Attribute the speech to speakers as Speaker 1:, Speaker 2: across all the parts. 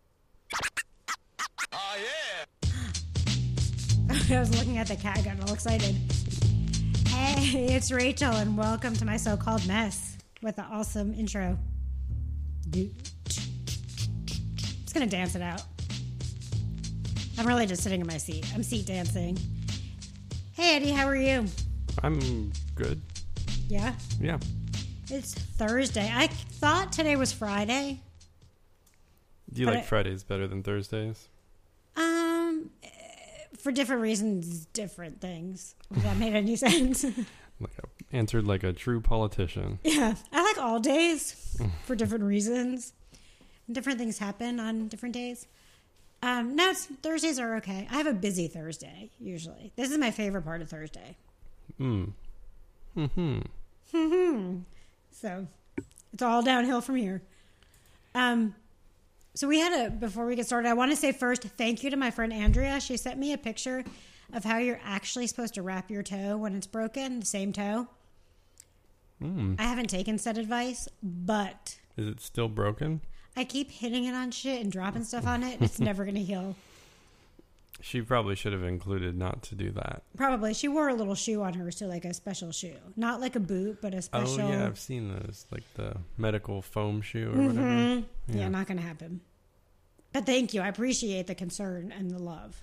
Speaker 1: I was looking at the cat, I got all excited. Hey, it's Rachel, and welcome to my so called mess with an awesome intro. Dude. Just gonna dance it out. I'm really just sitting in my seat. I'm seat dancing. Hey, Eddie, how are you?
Speaker 2: I'm good.
Speaker 1: Yeah?
Speaker 2: Yeah.
Speaker 1: It's Thursday. I thought today was Friday.
Speaker 2: Do you
Speaker 1: But
Speaker 2: like
Speaker 1: I-
Speaker 2: Fridays better than Thursdays?
Speaker 1: Um, eh, for different reasons, different things. If that made any sense.
Speaker 2: Like I answered like a true politician.
Speaker 1: yeah, I like all days for different reasons. Different things happen on different days. Um, no, it's, Thursdays are okay. I have a busy Thursday usually. This is my favorite part of Thursday.
Speaker 2: Mm. Mm-hmm.
Speaker 1: So it's all downhill from here. Um, so we had a before we get started, I want to say first thank you to my friend Andrea. She sent me a picture of how you're actually supposed to wrap your toe when it's broken, the same toe. I haven't taken said advice, but
Speaker 2: Hmm. Is it still broken?
Speaker 1: I keep hitting it on shit and dropping stuff on it. and It's never going to heal.
Speaker 2: She probably should have included not to do that.
Speaker 1: Probably. She wore a little shoe on hers, so like a special shoe. Not like a boot, but a special.
Speaker 2: Oh yeah, I've seen those, like the medical foam shoe or whatever.
Speaker 1: Mhm. Yeah,
Speaker 2: Yeah.
Speaker 1: not going to happen. But thank you. I appreciate the concern and the love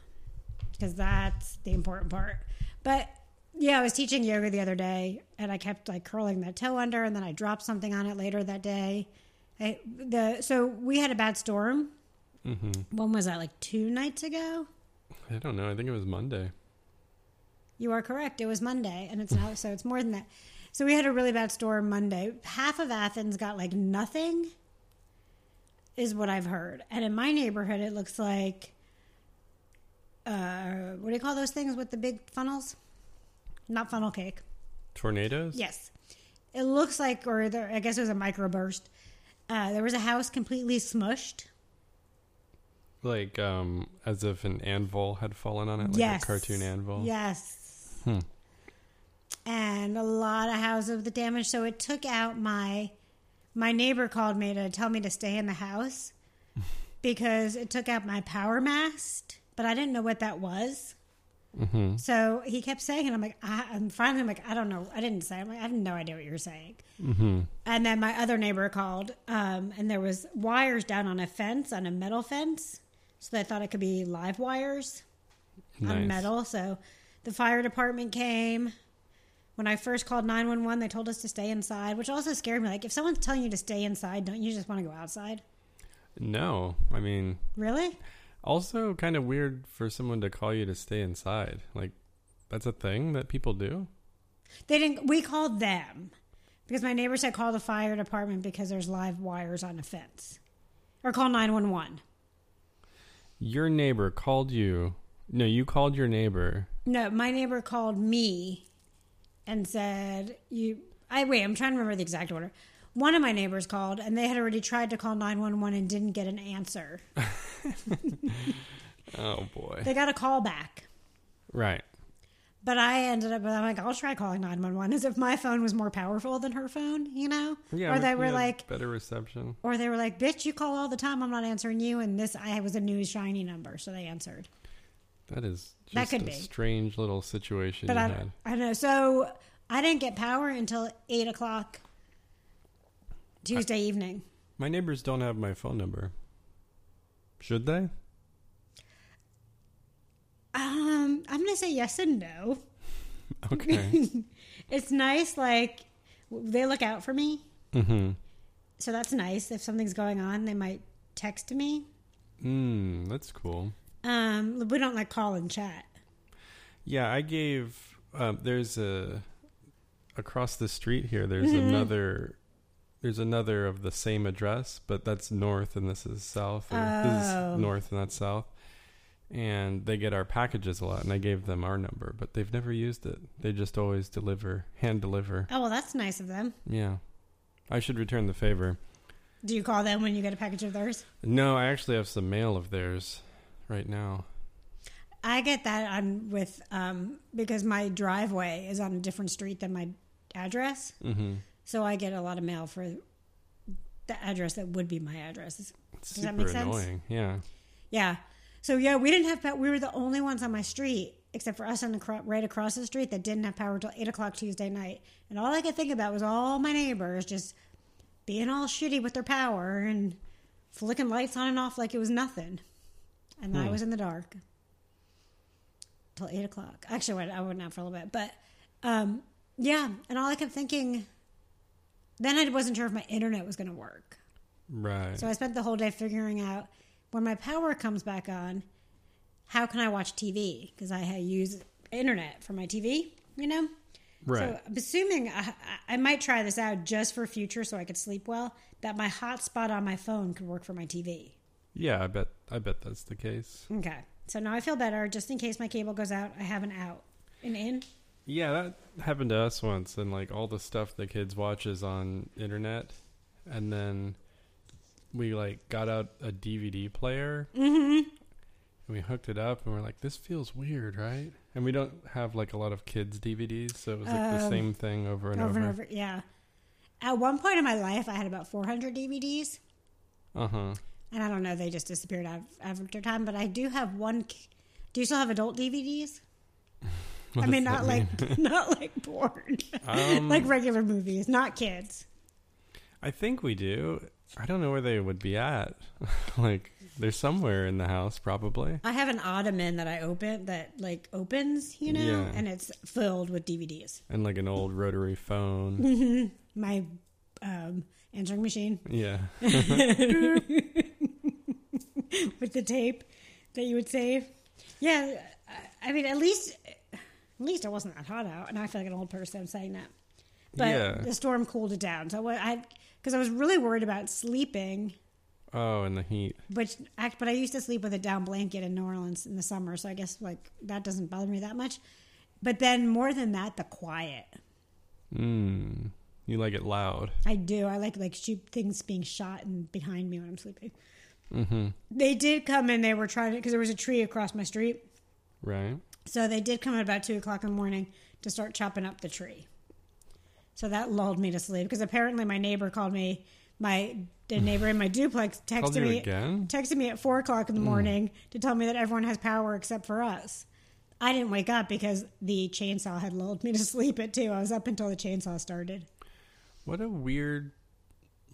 Speaker 1: because that's the important part. But yeah, I was teaching yoga the other day and I kept like curling that toe under and then I dropped something on it later that day. I, the so we had a bad storm.
Speaker 2: hmm
Speaker 1: When was that? Like two nights ago.
Speaker 2: I don't know. I think it was Monday.
Speaker 1: You are correct. It was Monday, and it's now so it's more than that. So we had a really bad storm Monday. Half of Athens got like nothing, is what I've heard. And in my neighborhood, it looks like uh, what do you call those things with the big funnels? Not funnel cake.
Speaker 2: Tornadoes?
Speaker 1: Yes, it looks like, or there, I guess it was a microburst. Uh, there was a house completely smushed.
Speaker 2: Like um as if an anvil had fallen on it, like
Speaker 1: yes,
Speaker 2: a cartoon anvil.
Speaker 1: Yes.
Speaker 2: Hmm.
Speaker 1: And a lot of houses of the damage. So it took out my my neighbor called me to tell me to stay in the house because it took out my power mast, but I didn't know what that was.
Speaker 2: Mm-hmm.
Speaker 1: So he kept saying, and I'm like, I, I'm finally I'm like, I don't know. I didn't say. I'm like, I have no idea what you're saying.
Speaker 2: Mm-hmm.
Speaker 1: And then my other neighbor called, um, and there was wires down on a fence, on a metal fence. So they thought it could be live wires on metal. So the fire department came. When I first called 911, they told us to stay inside, which also scared me. Like, if someone's telling you to stay inside, don't you just want to go outside?
Speaker 2: No. I mean
Speaker 1: Really?
Speaker 2: Also, kind of weird for someone to call you to stay inside. Like, that's a thing that people do.
Speaker 1: They didn't. We called them because my neighbor said call the fire department because there's live wires on a fence, or call 911.
Speaker 2: Your neighbor called you. No, you called your neighbor.
Speaker 1: No, my neighbor called me and said, "You." I wait. I'm trying to remember the exact order. One of my neighbors called, and they had already tried to call 911 and didn't get an answer.
Speaker 2: Oh boy.
Speaker 1: They got a call back.
Speaker 2: Right.
Speaker 1: But I ended up, I'm like, I'll try calling 911 as if my phone was more powerful than her phone, you know?
Speaker 2: Yeah.
Speaker 1: or they
Speaker 2: if you
Speaker 1: were
Speaker 2: had
Speaker 1: like,
Speaker 2: better reception.
Speaker 1: or they were like, bitch, you call all the time. I'm not answering you. And this, I was a new shiny number. So they answered.
Speaker 2: That is just
Speaker 1: That could
Speaker 2: a
Speaker 1: be.
Speaker 2: strange little situation
Speaker 1: But
Speaker 2: you
Speaker 1: I,
Speaker 2: had.
Speaker 1: I know. So I didn't get power until 8 o'clock Tuesday evening.
Speaker 2: My neighbors don't have my phone number. Should they?
Speaker 1: Um, I'm going to say yes and no.
Speaker 2: Okay.
Speaker 1: It's nice. Like, w- they look out for me.
Speaker 2: mm-hmm.
Speaker 1: So that's nice. If something's going on, they might text me.
Speaker 2: Mm, that's cool.
Speaker 1: Um, we don't like call and chat.
Speaker 2: Yeah, I gave. Um, there's a across the street here. There's
Speaker 1: Mm-hmm.
Speaker 2: another. There's another of the same address, but that's north and this is south. Or This
Speaker 1: Oh.
Speaker 2: is north and that's south. And they get our packages a lot, and I gave them our number, but they've never used it. They just always deliver, hand deliver.
Speaker 1: Oh, well, that's nice of them.
Speaker 2: Yeah, I should return the favor.
Speaker 1: Do you call them when you get a package of theirs?
Speaker 2: No, I actually have some mail of theirs right now.
Speaker 1: I get that on with um, because my driveway is on a different street than my address,
Speaker 2: Mm-hmm.
Speaker 1: so I get a lot of mail for the address that would be my address.
Speaker 2: It's
Speaker 1: Does
Speaker 2: super
Speaker 1: that make sense?
Speaker 2: annoying. Yeah.
Speaker 1: Yeah. So yeah, we didn't have pet. We were the only ones on my street except for us on the cro- right across the street that didn't have power till eight o'clock Tuesday night. And all I could think about was all my neighbors just being all shitty with their power and flicking lights on and off like it was nothing. And I was in the dark till eight o'clock. Actually, I went- I went out for a little bit, but um, yeah. And all I kept thinking, then I wasn't sure if my internet was going to work.
Speaker 2: Right.
Speaker 1: So I spent the whole day figuring out when my power comes back on, how can I watch TV? Because I had use internet for my TV, you know?
Speaker 2: right.
Speaker 1: So I'm assuming I, I- I might try this out just for future so I could sleep well, that my hotspot on my phone could work for my TV.
Speaker 2: yeah, I bet I bet that's the case.
Speaker 1: Okay. So now I feel better. Just in case my cable goes out, I have an out. An in?
Speaker 2: Yeah, that happened to us once and like all the stuff the kids watches on internet and then we like got out a DVD player. Mm-hmm. And we hooked it up and we're like, this feels weird, right? And we don't have like a lot of kids' DVDs, so it was like the
Speaker 1: Um,
Speaker 2: same thing over and
Speaker 1: Over
Speaker 2: over.
Speaker 1: and over. Yeah. At one point in my life, I had about 400 DVDs.
Speaker 2: Uh huh.
Speaker 1: and I don't know, they just disappeared af- after time. But I do have one. c- Do you still have adult DVDs? I mean, not like not like porn,
Speaker 2: Um,
Speaker 1: like regular movies, not kids.
Speaker 2: I think we do. I don't know where they would be at. like they're somewhere in the house probably.
Speaker 1: I have an ottoman that I open that like opens, you know,
Speaker 2: Yeah.
Speaker 1: and it's filled with DVDs.
Speaker 2: And like an old rotary phone.
Speaker 1: My um, answering machine
Speaker 2: yeah.
Speaker 1: with the tape that you would save. Yeah, I, I mean, at least at least it wasn't that hot out, and I feel like an old person saying that. But
Speaker 2: Yeah.
Speaker 1: the storm cooled it down, so what I because I was really worried about sleeping.
Speaker 2: Oh, and the heat.
Speaker 1: Which act, but I used to sleep with a down blanket in New Orleans in the summer, so I guess like that doesn't bother me that much. But then more than that, the quiet.
Speaker 2: Mm. You like it loud.
Speaker 1: I do. I like like shoot things being shot and behind me when I'm sleeping. They did come and they were trying to because there was a tree across my street,
Speaker 2: Right?
Speaker 1: so they did come at about two o'clock in the morning to start chopping up the tree. So that lulled me to sleep because apparently my neighbor called me. My the neighbor in my duplex
Speaker 2: Called
Speaker 1: texted
Speaker 2: you
Speaker 1: me
Speaker 2: again? Hmm.
Speaker 1: texted me at four o'clock in the morning to tell me that everyone has power except for us. I didn't wake up because the chainsaw had lulled me to sleep at two. I was up until the chainsaw started.
Speaker 2: What a weird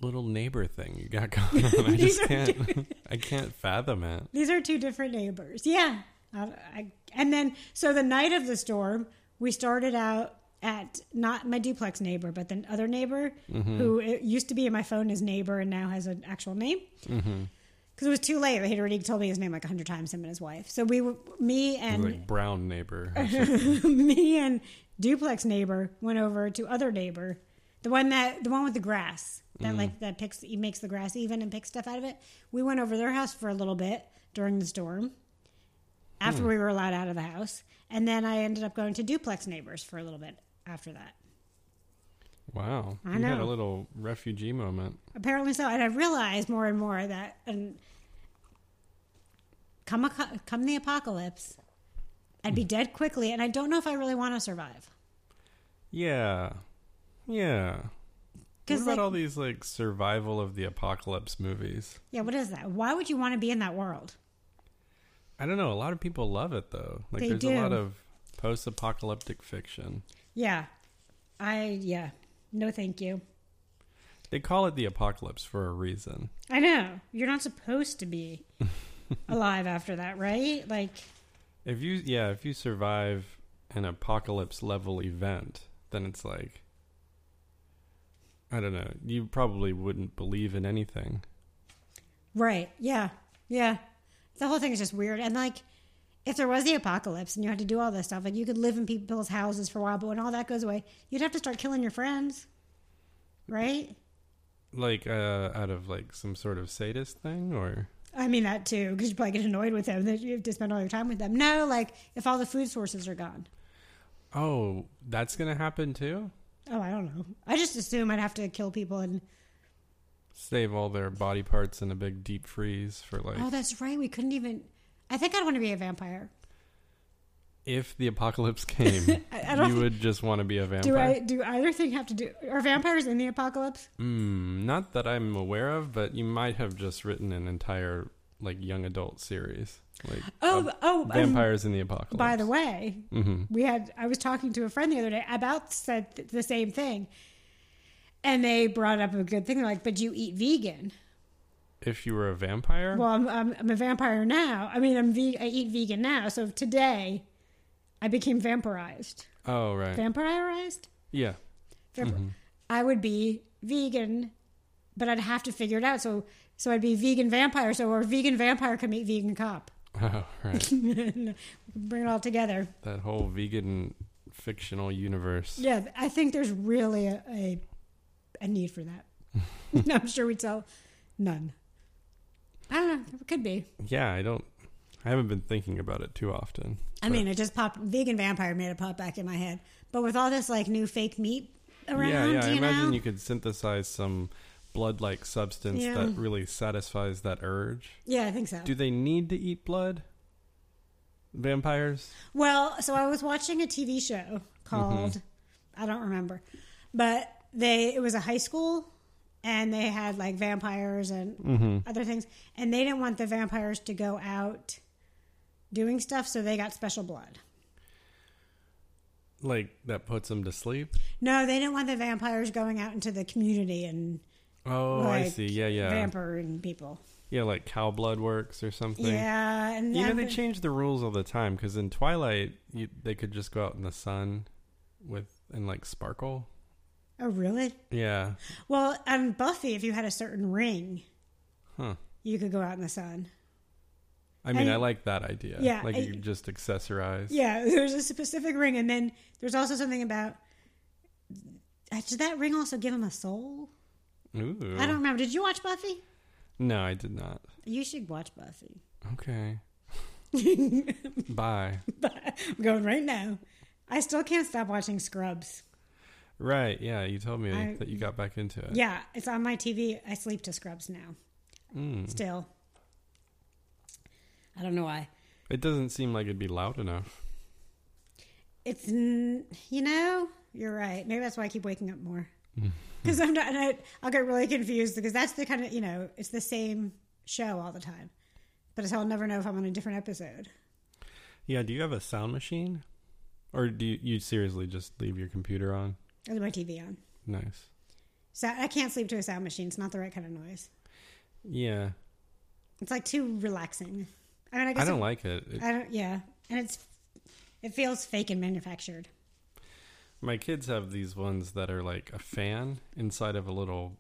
Speaker 2: little neighbor thing you got going on. I
Speaker 1: These
Speaker 2: just
Speaker 1: are
Speaker 2: can't I can't fathom it.
Speaker 1: These are two different neighbors. Yeah. I, I, and then, so the night of the storm, we started out at not my duplex neighbor, but the other neighbor who it used to be in my phone as neighbor and now has an actual name. Because it was too late. He'd already told me his name like a hundred times, him and his wife. So we were, me and
Speaker 2: Like brown neighbor. or something.
Speaker 1: me and duplex neighbor went over to other neighbor, the one that the one with the grass that like that picks he makes the grass even and picks stuff out of it. We went over their house for a little bit during the storm after we were allowed out of the house, and then I ended up going to duplex neighbors for a little bit after that.
Speaker 2: wow.
Speaker 1: I
Speaker 2: you had a
Speaker 1: know.
Speaker 2: little refugee moment.
Speaker 1: Apparently so, and I realized more and more that and come aco- come the apocalypse, I'd be dead quickly, and I don't know if I really want to survive.
Speaker 2: Yeah. Yeah. What
Speaker 1: 'Cause,
Speaker 2: about
Speaker 1: like-
Speaker 2: all these like survival of the apocalypse movies?
Speaker 1: Yeah, what is that? Why would you want to be in that world?
Speaker 2: I don't know. A lot of people love it though. Like
Speaker 1: They
Speaker 2: there's a
Speaker 1: do.
Speaker 2: lot of post-apocalyptic fiction.
Speaker 1: Yeah. I yeah. No thank you.
Speaker 2: They call it the apocalypse for a reason.
Speaker 1: I know. You're not supposed to be alive after that, right? Like
Speaker 2: If you yeah, if you survive an apocalypse level event, then it's like I don't know. You probably wouldn't believe in anything.
Speaker 1: right. Yeah. Yeah. The whole thing is just weird. And like if there was the apocalypse and you had to do all this stuff, like you could live in people's houses for a while, but when all that goes away, you'd have to start killing your friends. Right?
Speaker 2: Like uh out of like some sort of sadist thing or
Speaker 1: I mean that too, because you probably get annoyed with them that you have to spend all your time with them. No, like if all the food sources are gone.
Speaker 2: Oh, that's going to happen too?
Speaker 1: Oh, I don't know. I just assume I'd have to kill people and
Speaker 2: Save all their body parts in a big deep freeze for like
Speaker 1: Oh, that's right. We couldn't even. I think I'd want to be a vampire.
Speaker 2: if the apocalypse came,
Speaker 1: I don't
Speaker 2: you
Speaker 1: thi-
Speaker 2: would just want to be a vampire.
Speaker 1: Do I? Do either thing have to do? Are vampires in the apocalypse?
Speaker 2: Hmm, Mm, not that I'm aware of, but you might have just written an entire like young adult series, like
Speaker 1: Oh,
Speaker 2: uh,
Speaker 1: oh, um,
Speaker 2: vampires in the apocalypse.
Speaker 1: By the way,
Speaker 2: hmm
Speaker 1: we had I was talking to a friend the other day about said th- the same thing, and they brought up a good thing. They're like, but you eat vegan.
Speaker 2: if you were a vampire,
Speaker 1: Well, I'm, I'm, I'm a vampire now. I mean, I'm ve- I eat vegan now. So today, I became vampirized.
Speaker 2: oh right,
Speaker 1: Vampirized?
Speaker 2: yeah,
Speaker 1: Vamp-
Speaker 2: Mm-hmm.
Speaker 1: I would be vegan, but I'd have to figure it out. So so I'd be vegan vampire. So or vegan vampire can meet vegan cop.
Speaker 2: oh right,
Speaker 1: Bring it all together.
Speaker 2: that whole vegan fictional universe.
Speaker 1: Yeah, I think there's really a a, a need for that. I'm sure we'd sell none. I don't know. It could be.
Speaker 2: Yeah, I don't. I haven't been thinking about it too often.
Speaker 1: I mean, it just popped. Vegan vampire made it pop back in my head. But with all this like new fake meat around,
Speaker 2: yeah, yeah. I
Speaker 1: you
Speaker 2: imagine
Speaker 1: know,
Speaker 2: you could synthesize some blood-like substance
Speaker 1: Yeah.
Speaker 2: that really satisfies that urge.
Speaker 1: yeah, I think so.
Speaker 2: Do they need to eat blood? Vampires?
Speaker 1: Well, so I was watching a TV show called
Speaker 2: Mm-hmm.
Speaker 1: I don't remember, but they it was a high school and they had like vampires and
Speaker 2: Mm-hmm.
Speaker 1: other things, and they didn't want the vampires to go out doing stuff, so they got special blood.
Speaker 2: Like that puts them to sleep?
Speaker 1: No, they didn't want the vampires going out into the community and
Speaker 2: Oh, I
Speaker 1: Like
Speaker 2: see. Yeah, yeah.
Speaker 1: vampiring people.
Speaker 2: Yeah, like cow blood works or something.
Speaker 1: Yeah, and
Speaker 2: You know
Speaker 1: I'm-
Speaker 2: they change the rules all the time because in Twilight you, they could just go out in the sun with and like sparkle.
Speaker 1: oh really?
Speaker 2: Yeah.
Speaker 1: Well, on Buffy, if you had a certain ring,
Speaker 2: Huh.
Speaker 1: you could go out in the sun.
Speaker 2: I mean,
Speaker 1: And-
Speaker 2: I like that idea.
Speaker 1: Yeah,
Speaker 2: Like
Speaker 1: I-
Speaker 2: you could just accessorize.
Speaker 1: Yeah, there's a specific ring, and then there's also something about. uh, Did that ring also give him a soul?
Speaker 2: Ooh.
Speaker 1: I don't remember. Did you watch Buffy?
Speaker 2: No, I did not.
Speaker 1: You should watch Buffy.
Speaker 2: Okay. Bye.
Speaker 1: But I'm going right now. I still can't stop watching Scrubs.
Speaker 2: Right. Yeah. You told me
Speaker 1: I-
Speaker 2: that you got back into it.
Speaker 1: Yeah, it's on my TV. I sleep to Scrubs now.
Speaker 2: Hmm.
Speaker 1: Still. I don't know why.
Speaker 2: It doesn't seem like it'd be loud enough.
Speaker 1: It's n- you know you're right. Maybe that's why I keep waking up more because I'm not. And I, I'll get really confused because that's the kind of you know it's the same show all the time, but so I'll never know if I'm on a different episode.
Speaker 2: Yeah. Do you have a sound machine? Or do you, you seriously just leave your computer on?
Speaker 1: I leave my TV on,
Speaker 2: Nice.
Speaker 1: so I can't sleep to a sound machine. It's not the right kind of noise.
Speaker 2: Yeah.
Speaker 1: It's like too relaxing. I mean, I guess
Speaker 2: I don't
Speaker 1: it-
Speaker 2: like it. It-
Speaker 1: I don't. Yeah, and it's it feels fake and manufactured.
Speaker 2: My kids have these ones that are like a fan inside of a little.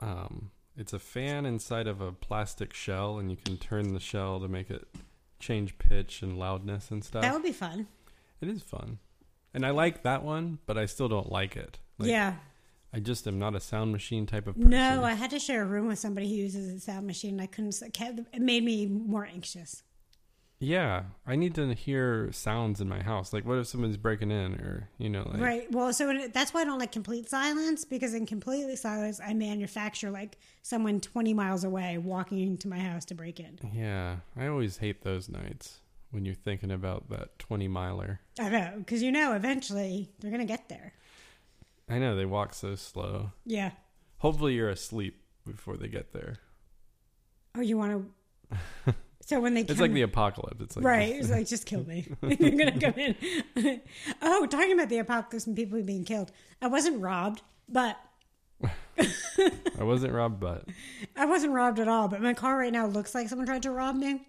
Speaker 2: Um, it's a fan inside of a plastic shell, and you can turn the shell to make it change pitch and loudness and stuff.
Speaker 1: that would be fun.
Speaker 2: it is fun, and I like that one, but I still don't like it. Like,
Speaker 1: yeah.
Speaker 2: I just am not a sound machine type of person.
Speaker 1: No, I had to share a room with somebody who uses a sound machine. And I couldn't. s- kept- It made me more anxious.
Speaker 2: yeah, I need to hear sounds in my house. Like, what if someone's breaking in, or you know, like,
Speaker 1: Right. Well, so in, that's why I don't like complete silence because in completely silence, I manufacture like someone 20 miles away walking into my house to break in.
Speaker 2: yeah, I always hate those nights when you're thinking about that twenty miler.
Speaker 1: I know, because you know eventually they're going to get there.
Speaker 2: I know they walk so slow.
Speaker 1: Yeah.
Speaker 2: Hopefully, you're asleep before they get there.
Speaker 1: Oh, you want to. So when they
Speaker 2: It's
Speaker 1: come,
Speaker 2: like the apocalypse. It's like
Speaker 1: right, it's like just kill me. You're gonna come in. oh, talking about the apocalypse and people being killed. I wasn't robbed, but
Speaker 2: I wasn't robbed, but
Speaker 1: I wasn't robbed at all. But my car right now looks like someone tried to rob me.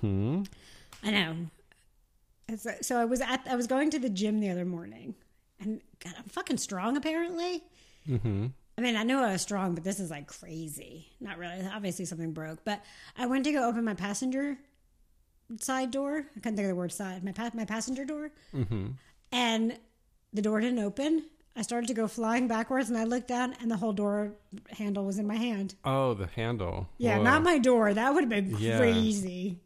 Speaker 2: hmm.
Speaker 1: I know. It's, so I was at I was going to the gym the other morning, and God, I'm fucking strong apparently.
Speaker 2: Mm-hmm.
Speaker 1: I mean, I knew I was strong, but this is like crazy. Not really. Obviously, something broke. But I went to go open my passenger side door. I couldn't think of the word side. My pa- my passenger door,
Speaker 2: Mm-hmm.
Speaker 1: and the door didn't open. I started to go flying backwards, and I looked down, and the whole door handle was in my hand.
Speaker 2: Oh, the handle.
Speaker 1: Yeah,
Speaker 2: Whoa.
Speaker 1: not my door. That would have been
Speaker 2: Yeah.
Speaker 1: crazy.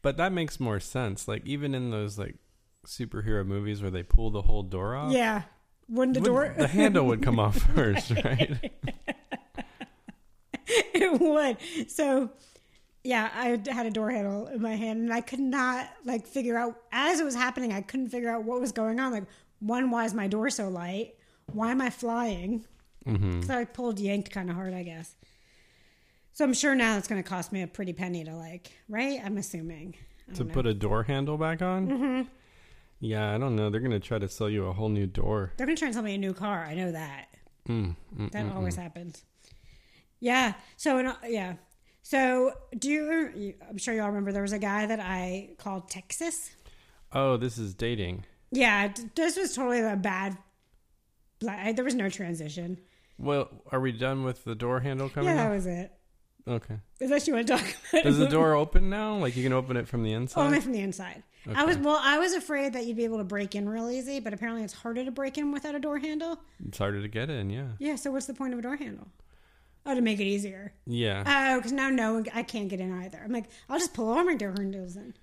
Speaker 2: But that makes more sense. Like even in those like superhero movies where they pull the whole door
Speaker 1: Yeah,
Speaker 2: off.
Speaker 1: wouldn't the
Speaker 2: would-
Speaker 1: door?
Speaker 2: the handle would come off first, right?
Speaker 1: it would. So, yeah, I had a door handle in my hand, and I could not like figure out as it was happening. I couldn't figure out what was going on. Like, one, why is my door so light? Why am I flying?
Speaker 2: Mm-hmm.
Speaker 1: So I pulled, yanked kind of hard, I guess. So I'm sure now it's going to cost me a pretty penny to like, right? I'm assuming. I
Speaker 2: to
Speaker 1: don't know.
Speaker 2: put a door handle back on.
Speaker 1: Mm-hmm.
Speaker 2: Yeah, I don't know. They're gonna try to sell you a whole new door.
Speaker 1: They're going to try and sell me a new car. I know that.
Speaker 2: Mm, mm,
Speaker 1: That always happens. Yeah. So and, uh, yeah. So do you? you- I'm sure y'all remember there was a guy that I called Texas.
Speaker 2: Oh, this is dating.
Speaker 1: Yeah, d- this was totally a bad. like, I- There was no transition.
Speaker 2: Well, are we done with the door handle coming
Speaker 1: Yeah, that
Speaker 2: off?
Speaker 1: was it.
Speaker 2: Okay.
Speaker 1: Unless you want to talk about
Speaker 2: Does
Speaker 1: it
Speaker 2: the door open now? Like you can open it from the inside?
Speaker 1: only from the inside. I was well. I was afraid that you'd be able to break in real easy, but apparently it's harder to break in without a door handle.
Speaker 2: it's harder to get in, yeah.
Speaker 1: Yeah. So what's the point of a door handle? Oh, to make it easier.
Speaker 2: Yeah.
Speaker 1: Oh, because now no one. I can't get in either. I'm like, I'll just pull all my door handles in.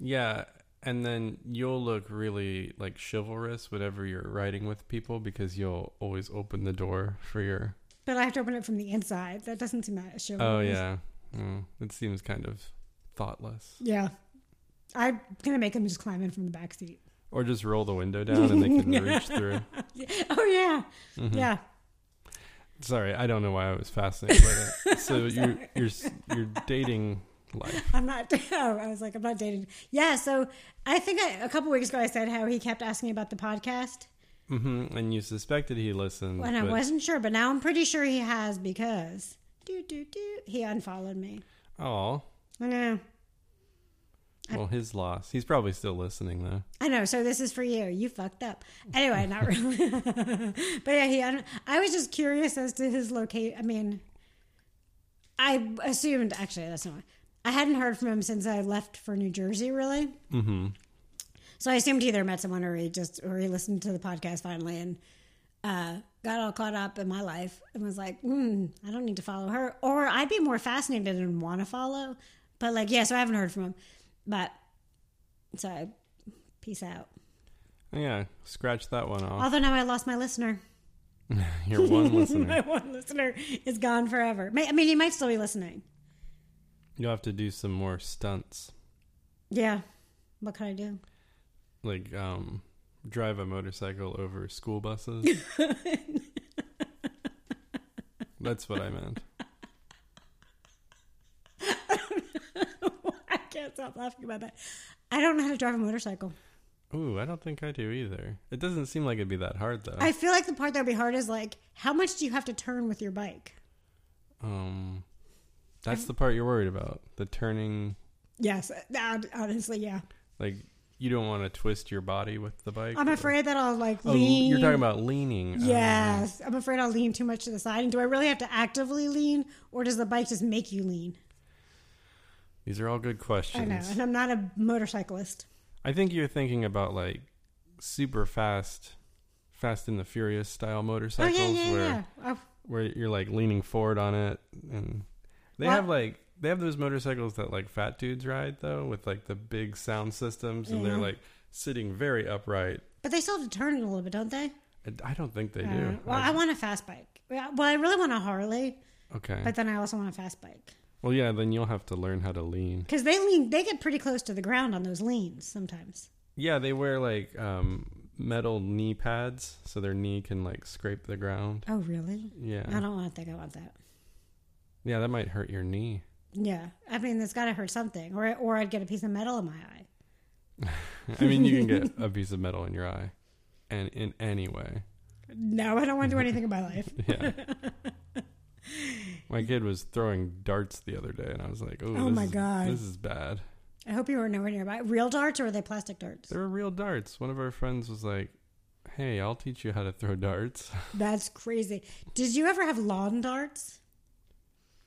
Speaker 2: yeah. And then you'll look really like chivalrous whenever you're riding with people because you'll always open the door for your
Speaker 1: But I have to open it from the inside. That doesn't seem that chivalrous.
Speaker 2: Oh yeah. Mm, it seems kind of thoughtless.
Speaker 1: Yeah. I'm gonna make them just climb in from the back seat.
Speaker 2: Or just roll the window down and Oh, they can reach through. Mm-hmm. Hmm.
Speaker 1: Oh yeah, yeah.
Speaker 2: Sorry, I don't know why I was fascinated by that. So you're you're s- you're dating life.
Speaker 1: I'm not. Oh, I was like, I'm not dating. Yeah. So I think I, a couple weeks ago I said how he kept asking about the podcast,
Speaker 2: hmm And you suspected he listened.
Speaker 1: and I
Speaker 2: but-
Speaker 1: wasn't sure, but now I'm pretty sure he has because do do do he unfollowed me.
Speaker 2: Aw.
Speaker 1: I know.
Speaker 2: Well, his loss. He's probably still listening though.
Speaker 1: I know. So this is for you. You fucked up. Anyway, not really. but yeah, he. I, I was just curious as to his location. I mean, I assumed. Actually, that's not. I hadn't heard from him since I left for New Jersey. Really. Mm-hmm. So I assumed he either met someone or he just or he listened to the podcast finally and uh, got all caught up in my life and was like, hmm, I don't need to follow her. Or I'd be more fascinated and want to follow. But like, yeah. So I haven't heard from him. But so. I, Peace out.
Speaker 2: Yeah, scratch that one off.
Speaker 1: Although now I lost my listener.
Speaker 2: You're one listener.
Speaker 1: My one listener is gone forever. May- I mean, he might still be listening.
Speaker 2: You'll have to do some more stunts,
Speaker 1: Yeah. What could I do?
Speaker 2: like um, drive a motorcycle over school buses. That's what I meant.
Speaker 1: I can't stop laughing about that. I don't know how to drive a motorcycle.
Speaker 2: Ooh, I don't think I do either. It doesn't seem like it'd be that hard though.
Speaker 1: I feel like the part that would be hard is like, how much do you have to turn with your bike?
Speaker 2: um, that's the part you're worried about. The turning,
Speaker 1: Yes. uh, Honestly, yeah.
Speaker 2: like you don't want to twist your body with the bike.
Speaker 1: I'm
Speaker 2: or-
Speaker 1: afraid that I'll like
Speaker 2: Oh,
Speaker 1: lean.
Speaker 2: you're talking about leaning. Oh,
Speaker 1: Yes. I'm afraid I'll lean too much to the side. And do I really have to actively lean or does the bike just make you lean?
Speaker 2: these are all good
Speaker 1: I
Speaker 2: questions.
Speaker 1: know. And I'm not a motorcyclist.
Speaker 2: I think you're thinking about like super fast, Fast and the Furious style
Speaker 1: Oh,
Speaker 2: motorcycles
Speaker 1: yeah, yeah,
Speaker 2: where
Speaker 1: yeah. Oh,
Speaker 2: where you're like leaning forward on it, and they
Speaker 1: Well-
Speaker 2: have like they have those motorcycles that like fat dudes ride though with like the big sound systems, and they're
Speaker 1: Yeah.
Speaker 2: like sitting very upright.
Speaker 1: but they still have to turn it a little bit, don't they?
Speaker 2: And I don't think they
Speaker 1: Uh,
Speaker 2: do.
Speaker 1: well, I want a fast bike. Yeah, Well, I really want a Harley,
Speaker 2: okay.
Speaker 1: but then I also want a fast bike
Speaker 2: well, yeah. Then you'll have to learn how to lean.
Speaker 1: because they lean. They get pretty close to the ground on those leans sometimes.
Speaker 2: Yeah, they wear like um, metal knee pads so their knee can like scrape the ground.
Speaker 1: Oh, really?
Speaker 2: Yeah.
Speaker 1: I don't want to think I want that.
Speaker 2: Yeah, that might hurt your knee.
Speaker 1: Yeah, I mean that's got to hurt something, or or I'd get a piece of metal in my eye.
Speaker 2: I mean, you can get a piece of metal in your eye, and in any way.
Speaker 1: No, I don't want to do anything in my life.
Speaker 2: Yeah. My kid was throwing darts the other day, and I was like, "Oh,
Speaker 1: Oh
Speaker 2: this
Speaker 1: my
Speaker 2: is-
Speaker 1: God.
Speaker 2: this is bad."
Speaker 1: I hope you were nowhere nearby. Real darts or are they plastic darts?
Speaker 2: There were real darts. One of our friends was like, "Hey, I'll teach you how to throw darts."
Speaker 1: That's crazy. Did you ever have lawn darts?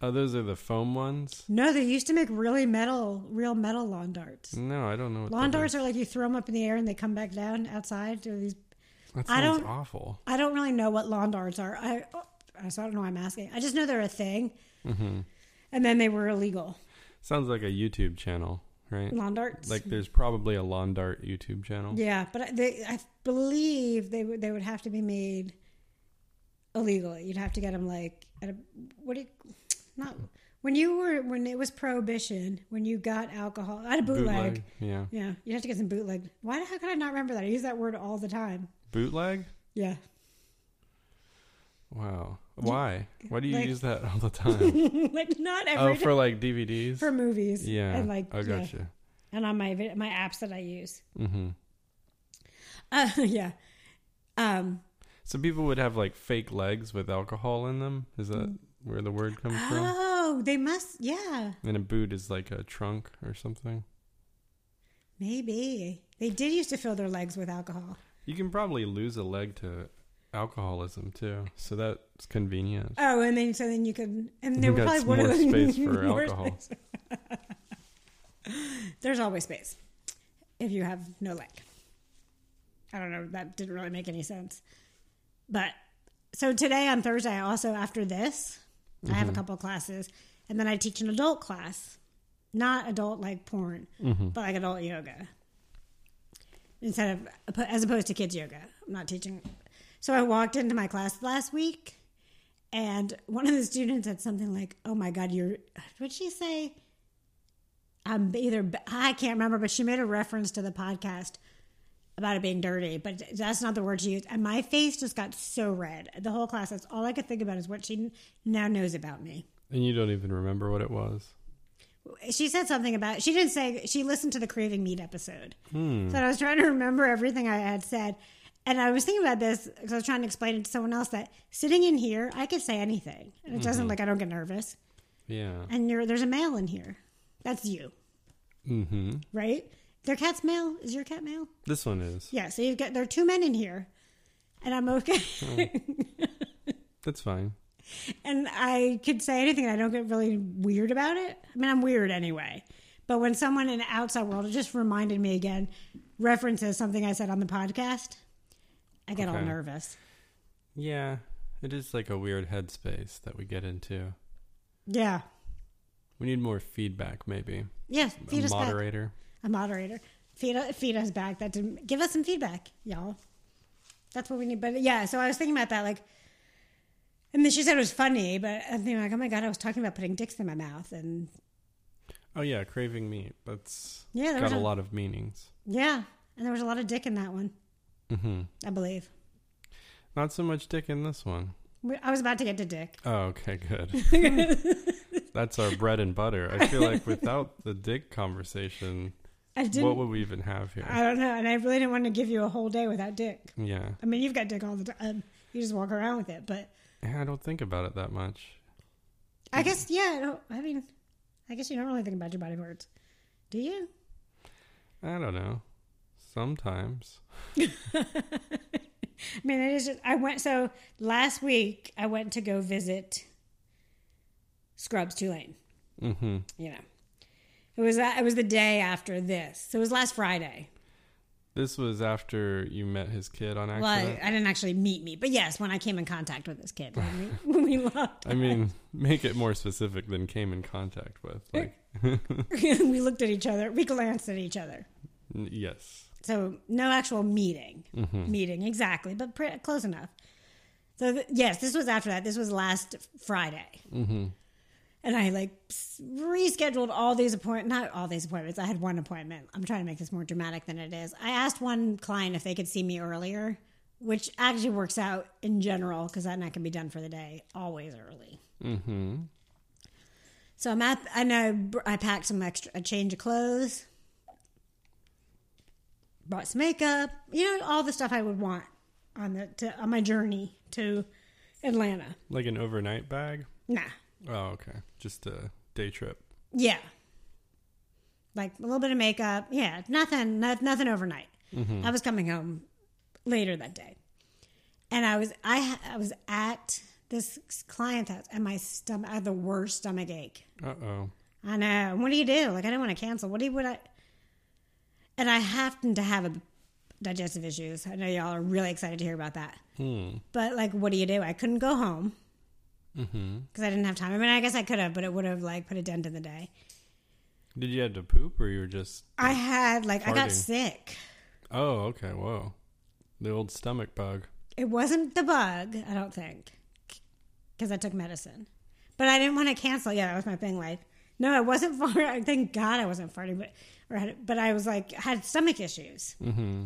Speaker 2: Oh, those are the foam ones.
Speaker 1: No, they used to make really metal, real metal lawn darts.
Speaker 2: No, I don't know. What
Speaker 1: Lawn
Speaker 2: that
Speaker 1: darts
Speaker 2: is.
Speaker 1: are like you throw them up in the air and they come back down outside. They're these
Speaker 2: That
Speaker 1: I
Speaker 2: sounds
Speaker 1: don't-
Speaker 2: awful.
Speaker 1: I don't really know what lawn darts are. I, oh, so I don't know why I'm asking. I just know they're a thing. And then they were illegal.
Speaker 2: Mm-hmm. Sounds like a YouTube channel, right?
Speaker 1: Lawn darts.
Speaker 2: Like, there's probably a lawn dart YouTube channel.
Speaker 1: yeah, but I- they, I believe they would they would have to be made illegally. You'd have to get them like at a, what do you not when you were when it was prohibition when you got alcohol at a bootleg.
Speaker 2: Bootleg, yeah.
Speaker 1: Yeah, you'd have to get some bootleg. Why the heck could I not remember that? I use that word all the time.
Speaker 2: Bootleg.
Speaker 1: Yeah.
Speaker 2: Wow. Why? Why do you
Speaker 1: Like-
Speaker 2: use that all the time?
Speaker 1: like not every
Speaker 2: oh, for like DVDs.
Speaker 1: for movies.
Speaker 2: yeah,
Speaker 1: and like
Speaker 2: I
Speaker 1: yeah.
Speaker 2: gotcha.
Speaker 1: and on my vid- my apps that I use.
Speaker 2: Mm-hmm.
Speaker 1: Uh, yeah. Um.
Speaker 2: So people would have like fake legs with alcohol in them. Is that
Speaker 1: Mm.
Speaker 2: where the word comes from?
Speaker 1: Oh, they must. Yeah,
Speaker 2: And a boot is like a trunk or something.
Speaker 1: maybe they did used to fill their legs with alcohol.
Speaker 2: You can probably lose a leg to alcoholism too. So that's convenient.
Speaker 1: Oh, and then so then you could, and there
Speaker 2: We
Speaker 1: were
Speaker 2: got
Speaker 1: probably one
Speaker 2: more
Speaker 1: of the
Speaker 2: space for
Speaker 1: more
Speaker 2: alcohol.
Speaker 1: space. There's always space if you have no leg. I don't know. That didn't really make any sense. But so today on Thursday, I also after this, I
Speaker 2: Mm-hmm.
Speaker 1: have a couple of classes, and then I teach an adult class, not adult like porn,
Speaker 2: Mm-hmm.
Speaker 1: but like adult yoga. Instead of as opposed to kids yoga, I'm not teaching. So I walked into my class last week, and one of the students said something like, "Oh my God, you're," what'd she say? I'm either I can't remember, but she made a reference to the podcast about it being dirty, but that's not the word she used. And my face just got so red. The whole class. That's all I could think about is what she now knows about me.
Speaker 2: And you don't even remember what it was.
Speaker 1: She said something about she didn't say she listened to the Craving Meat episode. So I was trying to remember everything I had said. And I was thinking about this because I was trying to explain it to someone else that sitting in here, I could say anything. And it doesn't like I don't get nervous.
Speaker 2: Yeah.
Speaker 1: And you're, there's a male in here. That's you,
Speaker 2: Mm-hmm.
Speaker 1: right? Their cat's male. Is your cat male?
Speaker 2: This one is.
Speaker 1: Yeah. So you've got there are two men in here, and I'm okay.
Speaker 2: That's fine.
Speaker 1: and I could say anything. and I don't get really weird about it. I mean, I'm weird anyway. But when someone in the outside world it just reminded me again, references something I said on the podcast, I get all
Speaker 2: Okay.
Speaker 1: nervous.
Speaker 2: Yeah. It is like a weird headspace that we get into.
Speaker 1: Yeah.
Speaker 2: We need more feedback, maybe.
Speaker 1: Yeah. Feed
Speaker 2: a
Speaker 1: us back.
Speaker 2: moderator.
Speaker 1: A moderator. Feed, feed us back. That didn't, give us some feedback, y'all. That's what we need. But yeah, so I was thinking about that, like, and then she said it was funny, but I'm thinking like, oh my god, I was talking about putting dicks in my mouth, and
Speaker 2: Oh yeah, craving meat. That's
Speaker 1: Yeah, there
Speaker 2: got
Speaker 1: was
Speaker 2: a
Speaker 1: a-
Speaker 2: lot of meanings.
Speaker 1: yeah, and there was a lot of dick in that one,
Speaker 2: hmm
Speaker 1: I believe.
Speaker 2: Not so much dick in this one.
Speaker 1: We- I was about to get to dick.
Speaker 2: Oh, okay, good. That's our bread and butter. I feel like without the dick conversation,
Speaker 1: I didn't.
Speaker 2: what would we even have here?
Speaker 1: I don't know, and I really didn't want to give you a whole day without dick.
Speaker 2: yeah,
Speaker 1: I mean, you've got dick all the time. You just walk around with it, but
Speaker 2: I don't think about it that much.
Speaker 1: I guess yeah. I, don't, I mean, I guess you don't really think about your body parts, do you?
Speaker 2: I don't know. Sometimes.
Speaker 1: I mean, it is. Just, I went so last week. I went to go visit Scrubs Tulane.
Speaker 2: Mm-hmm.
Speaker 1: You know, it was that. It was the day after this. So it was last Friday.
Speaker 2: This was after you met his kid on
Speaker 1: Well,
Speaker 2: accident.
Speaker 1: I, I didn't actually meet me, but yes, when I came in contact with this kid, when we, when we looked,
Speaker 2: I mean, make it more specific than came in contact with. Like,
Speaker 1: we looked at each other. We glanced at each other.
Speaker 2: n- yes.
Speaker 1: So no actual meeting, meeting exactly, but pre- close enough. So th- yes, this was after that. This was last Friday, and I like s- rescheduled all these appointments. Not all these appointments. I had one appointment. I'm trying to make this more dramatic than it is. I asked one client if they could see me earlier, which actually works out in general because then I can be done for the day always early.
Speaker 2: Mm-hmm.
Speaker 1: So I'm at, and I br- I packed some extra, a change of clothes, brought some makeup, you know, all the stuff I would want on the to, on my journey to Atlanta.
Speaker 2: Like an overnight bag.
Speaker 1: Nah,
Speaker 2: Oh, okay. Just a day trip.
Speaker 1: yeah, like a little bit of makeup, yeah, nothing, no, nothing overnight. I was coming home later that day, and I was I ha- I was at this client's house, and my stomach I had the worst stomach ache.
Speaker 2: Uh oh.
Speaker 1: I know. What do you do? Like, I don't want to cancel. What do you, would I? And I happen to have a digestive issues. I know y'all are really excited to hear about that.
Speaker 2: Hmm.
Speaker 1: But like, what do you do? I couldn't go home
Speaker 2: Mm-hmm.
Speaker 1: because I didn't have time. I mean, I guess I could have, but it would have like put a dent in the day.
Speaker 2: Did you have to poop or you were just
Speaker 1: I had like, I got
Speaker 2: Farting.
Speaker 1: sick.
Speaker 2: Oh, okay, whoa. The old stomach bug.
Speaker 1: It wasn't the bug, I don't think, because I took medicine. But I didn't want to cancel. Yeah, that was my thing. Like, no, I wasn't farting. Thank God I wasn't farting, but or had, but I was like had stomach issues.
Speaker 2: Mm-hmm.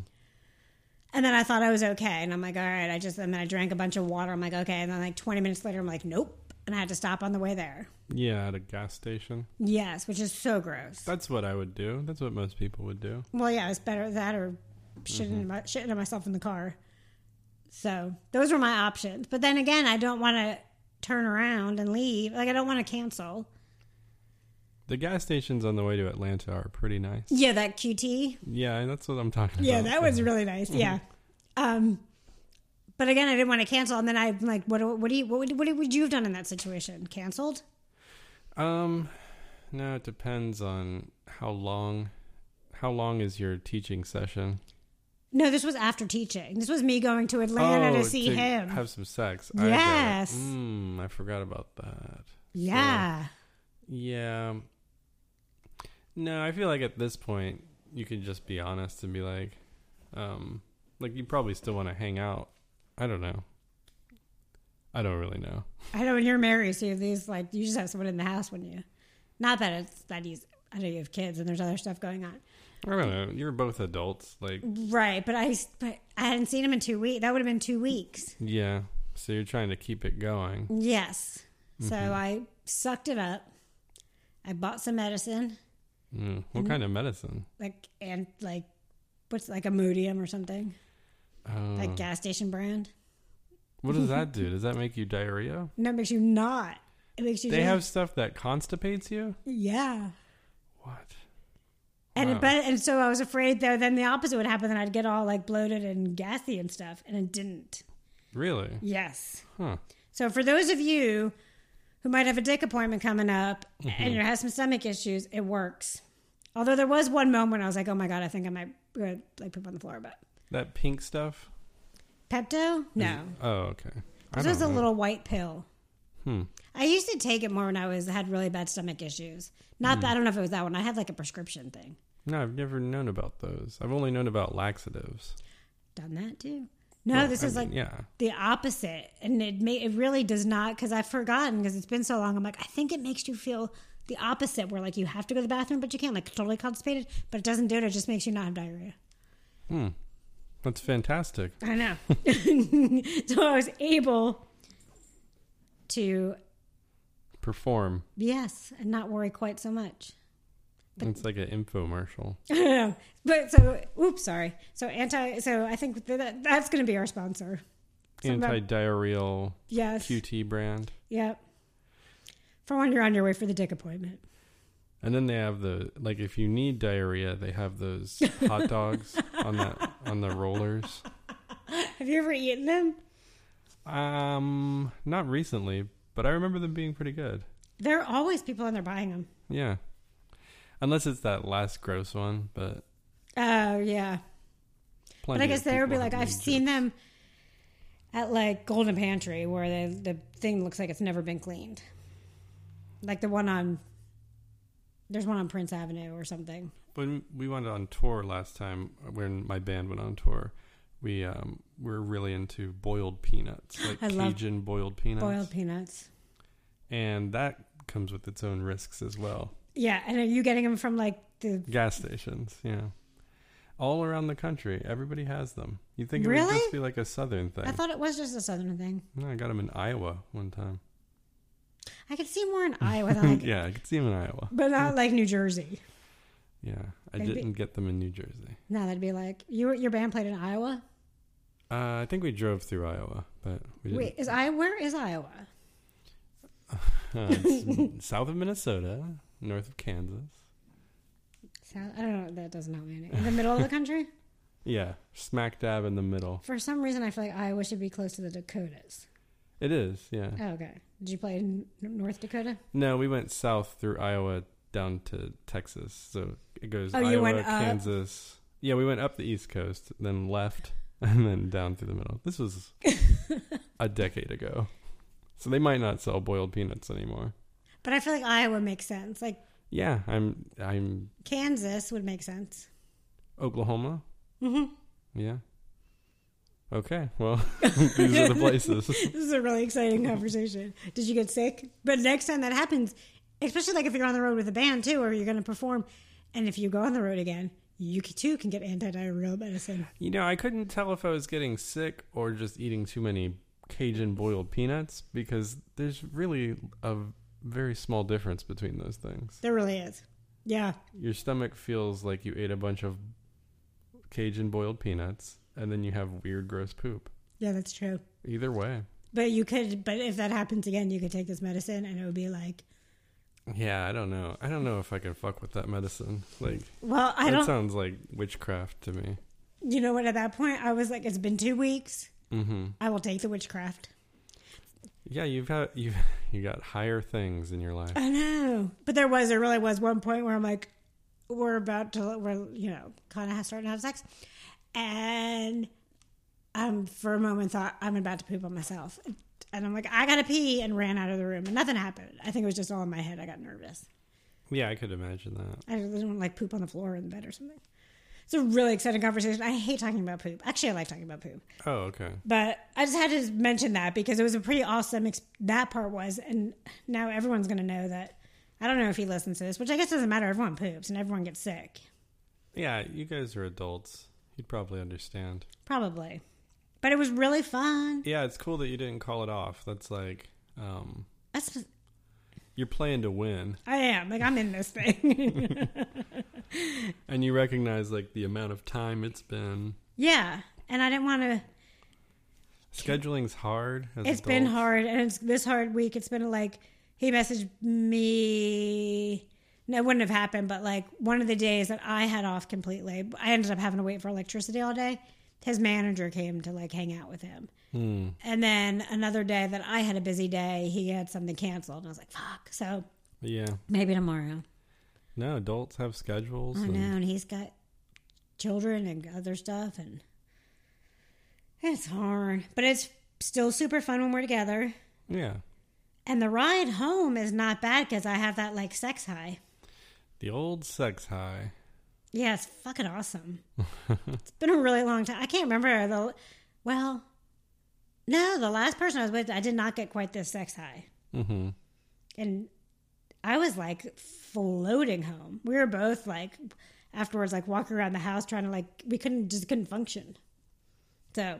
Speaker 1: And then I thought I was okay. And I'm like, all right, I just, and then I drank a bunch of water. I'm like, okay. And then like 20 minutes later, I'm like, nope. And I had to stop on the way there.
Speaker 2: Yeah, at a gas station.
Speaker 1: Yes, which is so gross.
Speaker 2: That's what I would do. That's what most people would do.
Speaker 1: Well, yeah, it's better that or shitting, my, shitting on myself in the car. So those were my options. But then again, I don't want to turn around and leave. Like, I don't want to cancel.
Speaker 2: The gas stations on the way to Atlanta are pretty nice.
Speaker 1: Yeah, that QT.
Speaker 2: Yeah, and that's what I'm talking
Speaker 1: Uh-huh, Yeah, Mm-hmm.
Speaker 2: about.
Speaker 1: that was really nice. Yeah. Um, but again, I didn't want to cancel, and then I'm like, what? do- What do you? What would, what would you have done in that situation? Canceled?
Speaker 2: Um, no, it depends on how long. How long is your teaching session?
Speaker 1: No, this was after teaching. This was me going to Atlanta Oh, to see him.
Speaker 2: Oh, Have some sex. I get it.
Speaker 1: Yes.
Speaker 2: Mm, I forgot about that.
Speaker 1: yeah,
Speaker 2: Yeah. No, I feel like at this point you can just be honest and be like, um, like you probably still want to hang out. I don't know. I don't really know.
Speaker 1: I know. When you're married, so you have these like you just have someone in the house when you. Not that it's that easy. I know you have kids, and there's other stuff going on.
Speaker 2: I don't know. You're both adults. Like,
Speaker 1: Right, but I but I hadn't seen him in two weeks. That would have been two weeks.
Speaker 2: yeah. So you're trying to keep it going.
Speaker 1: Yes. So
Speaker 2: Mm-hmm.
Speaker 1: I sucked it up. I bought some medicine.
Speaker 2: Mm. What kind of medicine?
Speaker 1: like and like what's like Imodium or something
Speaker 2: Oh.
Speaker 1: like gas station brand
Speaker 2: what does that do? Does that make you diarrhea?
Speaker 1: no it makes you not it makes you
Speaker 2: They
Speaker 1: just-
Speaker 2: have stuff that constipates you?
Speaker 1: yeah
Speaker 2: What?
Speaker 1: and
Speaker 2: Wow.
Speaker 1: it, but and so I was afraid though then the opposite would happen then I'd get all like bloated and gassy and stuff and it didn't
Speaker 2: Really?
Speaker 1: yes
Speaker 2: Huh.
Speaker 1: so for those of you who might have a dick appointment coming up
Speaker 2: Mm-hmm.
Speaker 1: and you have some stomach issues it works although there was one moment when I was like oh my god I think I might go like poop on the floor but
Speaker 2: That pink stuff?
Speaker 1: Pepto no
Speaker 2: Oh, okay. I
Speaker 1: This was a
Speaker 2: don't know.
Speaker 1: little white pill.
Speaker 2: Hmm.
Speaker 1: I used to take it more when I was had really bad stomach issues. Not
Speaker 2: Hmm.
Speaker 1: that I don't know if it was that one. I had like a prescription thing.
Speaker 2: No, I've never known about those. I've only known about laxatives.
Speaker 1: Done that too. No, Oh, this
Speaker 2: I
Speaker 1: is
Speaker 2: mean,
Speaker 1: like
Speaker 2: yeah.
Speaker 1: the opposite, and it may, it really does not because I've forgotten because it's been so long. I'm like I think it makes you feel the opposite where like you have to go to the bathroom but you can't like totally constipated but it doesn't do it. It just makes you not have diarrhea.
Speaker 2: Hmm. That's fantastic.
Speaker 1: I know. so I was able to
Speaker 2: Perform.
Speaker 1: yes and not worry quite so much.
Speaker 2: It's like an infomercial.
Speaker 1: Um, but so, oops, sorry. So anti. So I think that that's going to be our sponsor. Something about-
Speaker 2: Anti-diarrheal
Speaker 1: Yes.
Speaker 2: QT brand.
Speaker 1: Yep. For when you're on your way for the dick appointment.
Speaker 2: And then they have the like if you need diarrhea, they have those hot dogs on that on the rollers.
Speaker 1: Have you ever eaten them?
Speaker 2: Um, not recently, but I remember them being pretty good.
Speaker 1: There are always people in there buying them.
Speaker 2: Yeah. Unless it's that last gross one, but
Speaker 1: Oh yeah.
Speaker 2: plenty.
Speaker 1: But I guess
Speaker 2: of
Speaker 1: they would be
Speaker 2: people
Speaker 1: like,
Speaker 2: have
Speaker 1: I've
Speaker 2: made
Speaker 1: seen
Speaker 2: jokes.
Speaker 1: them at like Golden Pantry where the the thing looks like it's never been cleaned. Like the one on. There's one on Prince Avenue or something.
Speaker 2: when we went on tour last time uh, when my band went on tour we um were really into boiled peanuts like
Speaker 1: I love
Speaker 2: cajun boiled peanuts
Speaker 1: Boiled peanuts.
Speaker 2: and that comes with its own risks as well
Speaker 1: Yeah, and are you getting them from like the
Speaker 2: gas stations yeah all around the country everybody has them you think it would
Speaker 1: Really?
Speaker 2: just be like a southern thing
Speaker 1: I thought it was just a southern thing.
Speaker 2: no, I got them in iowa one time
Speaker 1: I could see more in Iowa than like,
Speaker 2: yeah i could see them in iowa
Speaker 1: but not like New Jersey.
Speaker 2: yeah i
Speaker 1: Maybe-
Speaker 2: didn't get them in new jersey
Speaker 1: No, that'd be like you. Your band played in Iowa.
Speaker 2: uh, i think we drove through iowa but we didn't
Speaker 1: Wait, is I where is Iowa?
Speaker 2: Uh, it's south of minnesota north of kansas
Speaker 1: South, I don't know. That doesn't help me. any. In the middle of the country.
Speaker 2: Yeah, smack dab in the middle.
Speaker 1: For some reason, I feel like Iowa should be close to the Dakotas.
Speaker 2: It is, yeah.
Speaker 1: Oh, okay. Did you play in N- North Dakota?
Speaker 2: No, we went south through Iowa down to Texas. So it goes
Speaker 1: Oh,
Speaker 2: Iowa,
Speaker 1: you went up?
Speaker 2: Kansas. Yeah, we went up the East Coast, then left, and then down through the middle. This was a decade ago. So they might not sell boiled peanuts anymore.
Speaker 1: But I feel like Iowa makes sense. Like
Speaker 2: Yeah, I'm I'm
Speaker 1: Kansas would make sense.
Speaker 2: Oklahoma. Mm-hmm. Yeah. Okay. Well, these are the places.
Speaker 1: This is a really exciting conversation. Did you get sick? But next time that happens, especially like if you're on the road with a band too, or you're going to perform, and if you go on the road again, you c- too can get antidiarrheal medicine.
Speaker 2: You know, I couldn't tell if I was getting sick or just eating too many Cajun boiled peanuts because there's really a very small difference between those things.
Speaker 1: There really is. Yeah.
Speaker 2: Your stomach feels like you ate a bunch of Cajun boiled peanuts and then you have weird, gross poop.
Speaker 1: Yeah, that's true.
Speaker 2: Either way.
Speaker 1: But you could, but if that happens again, you could take this medicine and it would be like,
Speaker 2: Yeah, I don't know. I don't know if I can fuck with that medicine. Like,
Speaker 1: well, I
Speaker 2: that
Speaker 1: don't,
Speaker 2: sounds like witchcraft to me.
Speaker 1: you know what? At that point, I was like, it's been two weeks.
Speaker 2: Mm-hmm.
Speaker 1: I will take the witchcraft.
Speaker 2: Yeah, you've got you you got higher things in your life.
Speaker 1: I know. But there was, there really was one point where I'm like, we're about to, we're, you know, kind of starting to have sex. And um, for a moment thought, I'm about to poop on myself. And I'm like, I gotta pee and ran out of the room and nothing happened. I think it was just all in my head. I got nervous.
Speaker 2: Yeah, I could imagine that.
Speaker 1: I didn't want to like poop on the floor in the bed or something. It's a really exciting conversation. I hate talking about poop. Actually, I like talking about poop.
Speaker 2: Oh, okay.
Speaker 1: But I just had to mention that because it was a pretty awesome. Ex- that part was, and now everyone's going to know that. I don't know if he listens to this, which I guess doesn't matter. Everyone poops and everyone gets sick,
Speaker 2: Yeah, you guys are adults. You'd probably understand.
Speaker 1: probably. But it was really fun.
Speaker 2: Yeah, it's cool that you didn't call it off. That's like um
Speaker 1: That's,
Speaker 2: you're playing to win
Speaker 1: I am like I'm in this thing.
Speaker 2: and you recognize like the amount of time it's been.
Speaker 1: yeah, and I didn't want to.
Speaker 2: Scheduling's hard as
Speaker 1: It's been
Speaker 2: adults.
Speaker 1: hard, and it's this hard week. It's been like he messaged me. No, it wouldn't have happened, but like one of the days that I had off completely, I ended up having to wait for electricity all day. His manager came to like hang out with him,
Speaker 2: Hmm.
Speaker 1: and then another day that I had a busy day, he had something canceled, and I was like, "Fuck!" So
Speaker 2: Yeah.
Speaker 1: maybe tomorrow.
Speaker 2: No, adults have schedules
Speaker 1: I
Speaker 2: and
Speaker 1: know, and he's got children and other stuff, and it's hard, but it's still super fun when we're together.
Speaker 2: yeah.
Speaker 1: And the ride home is not bad because I have that like sex high.
Speaker 2: The old sex high.
Speaker 1: Yeah, it's fucking awesome. it's been a really long time. I can't remember the. Well, no, the last person I was with, I did not get quite this sex high,
Speaker 2: Mm-hmm.
Speaker 1: and I was like floating home. We were both like afterwards, like walking around the house trying to like we couldn't just couldn't function. So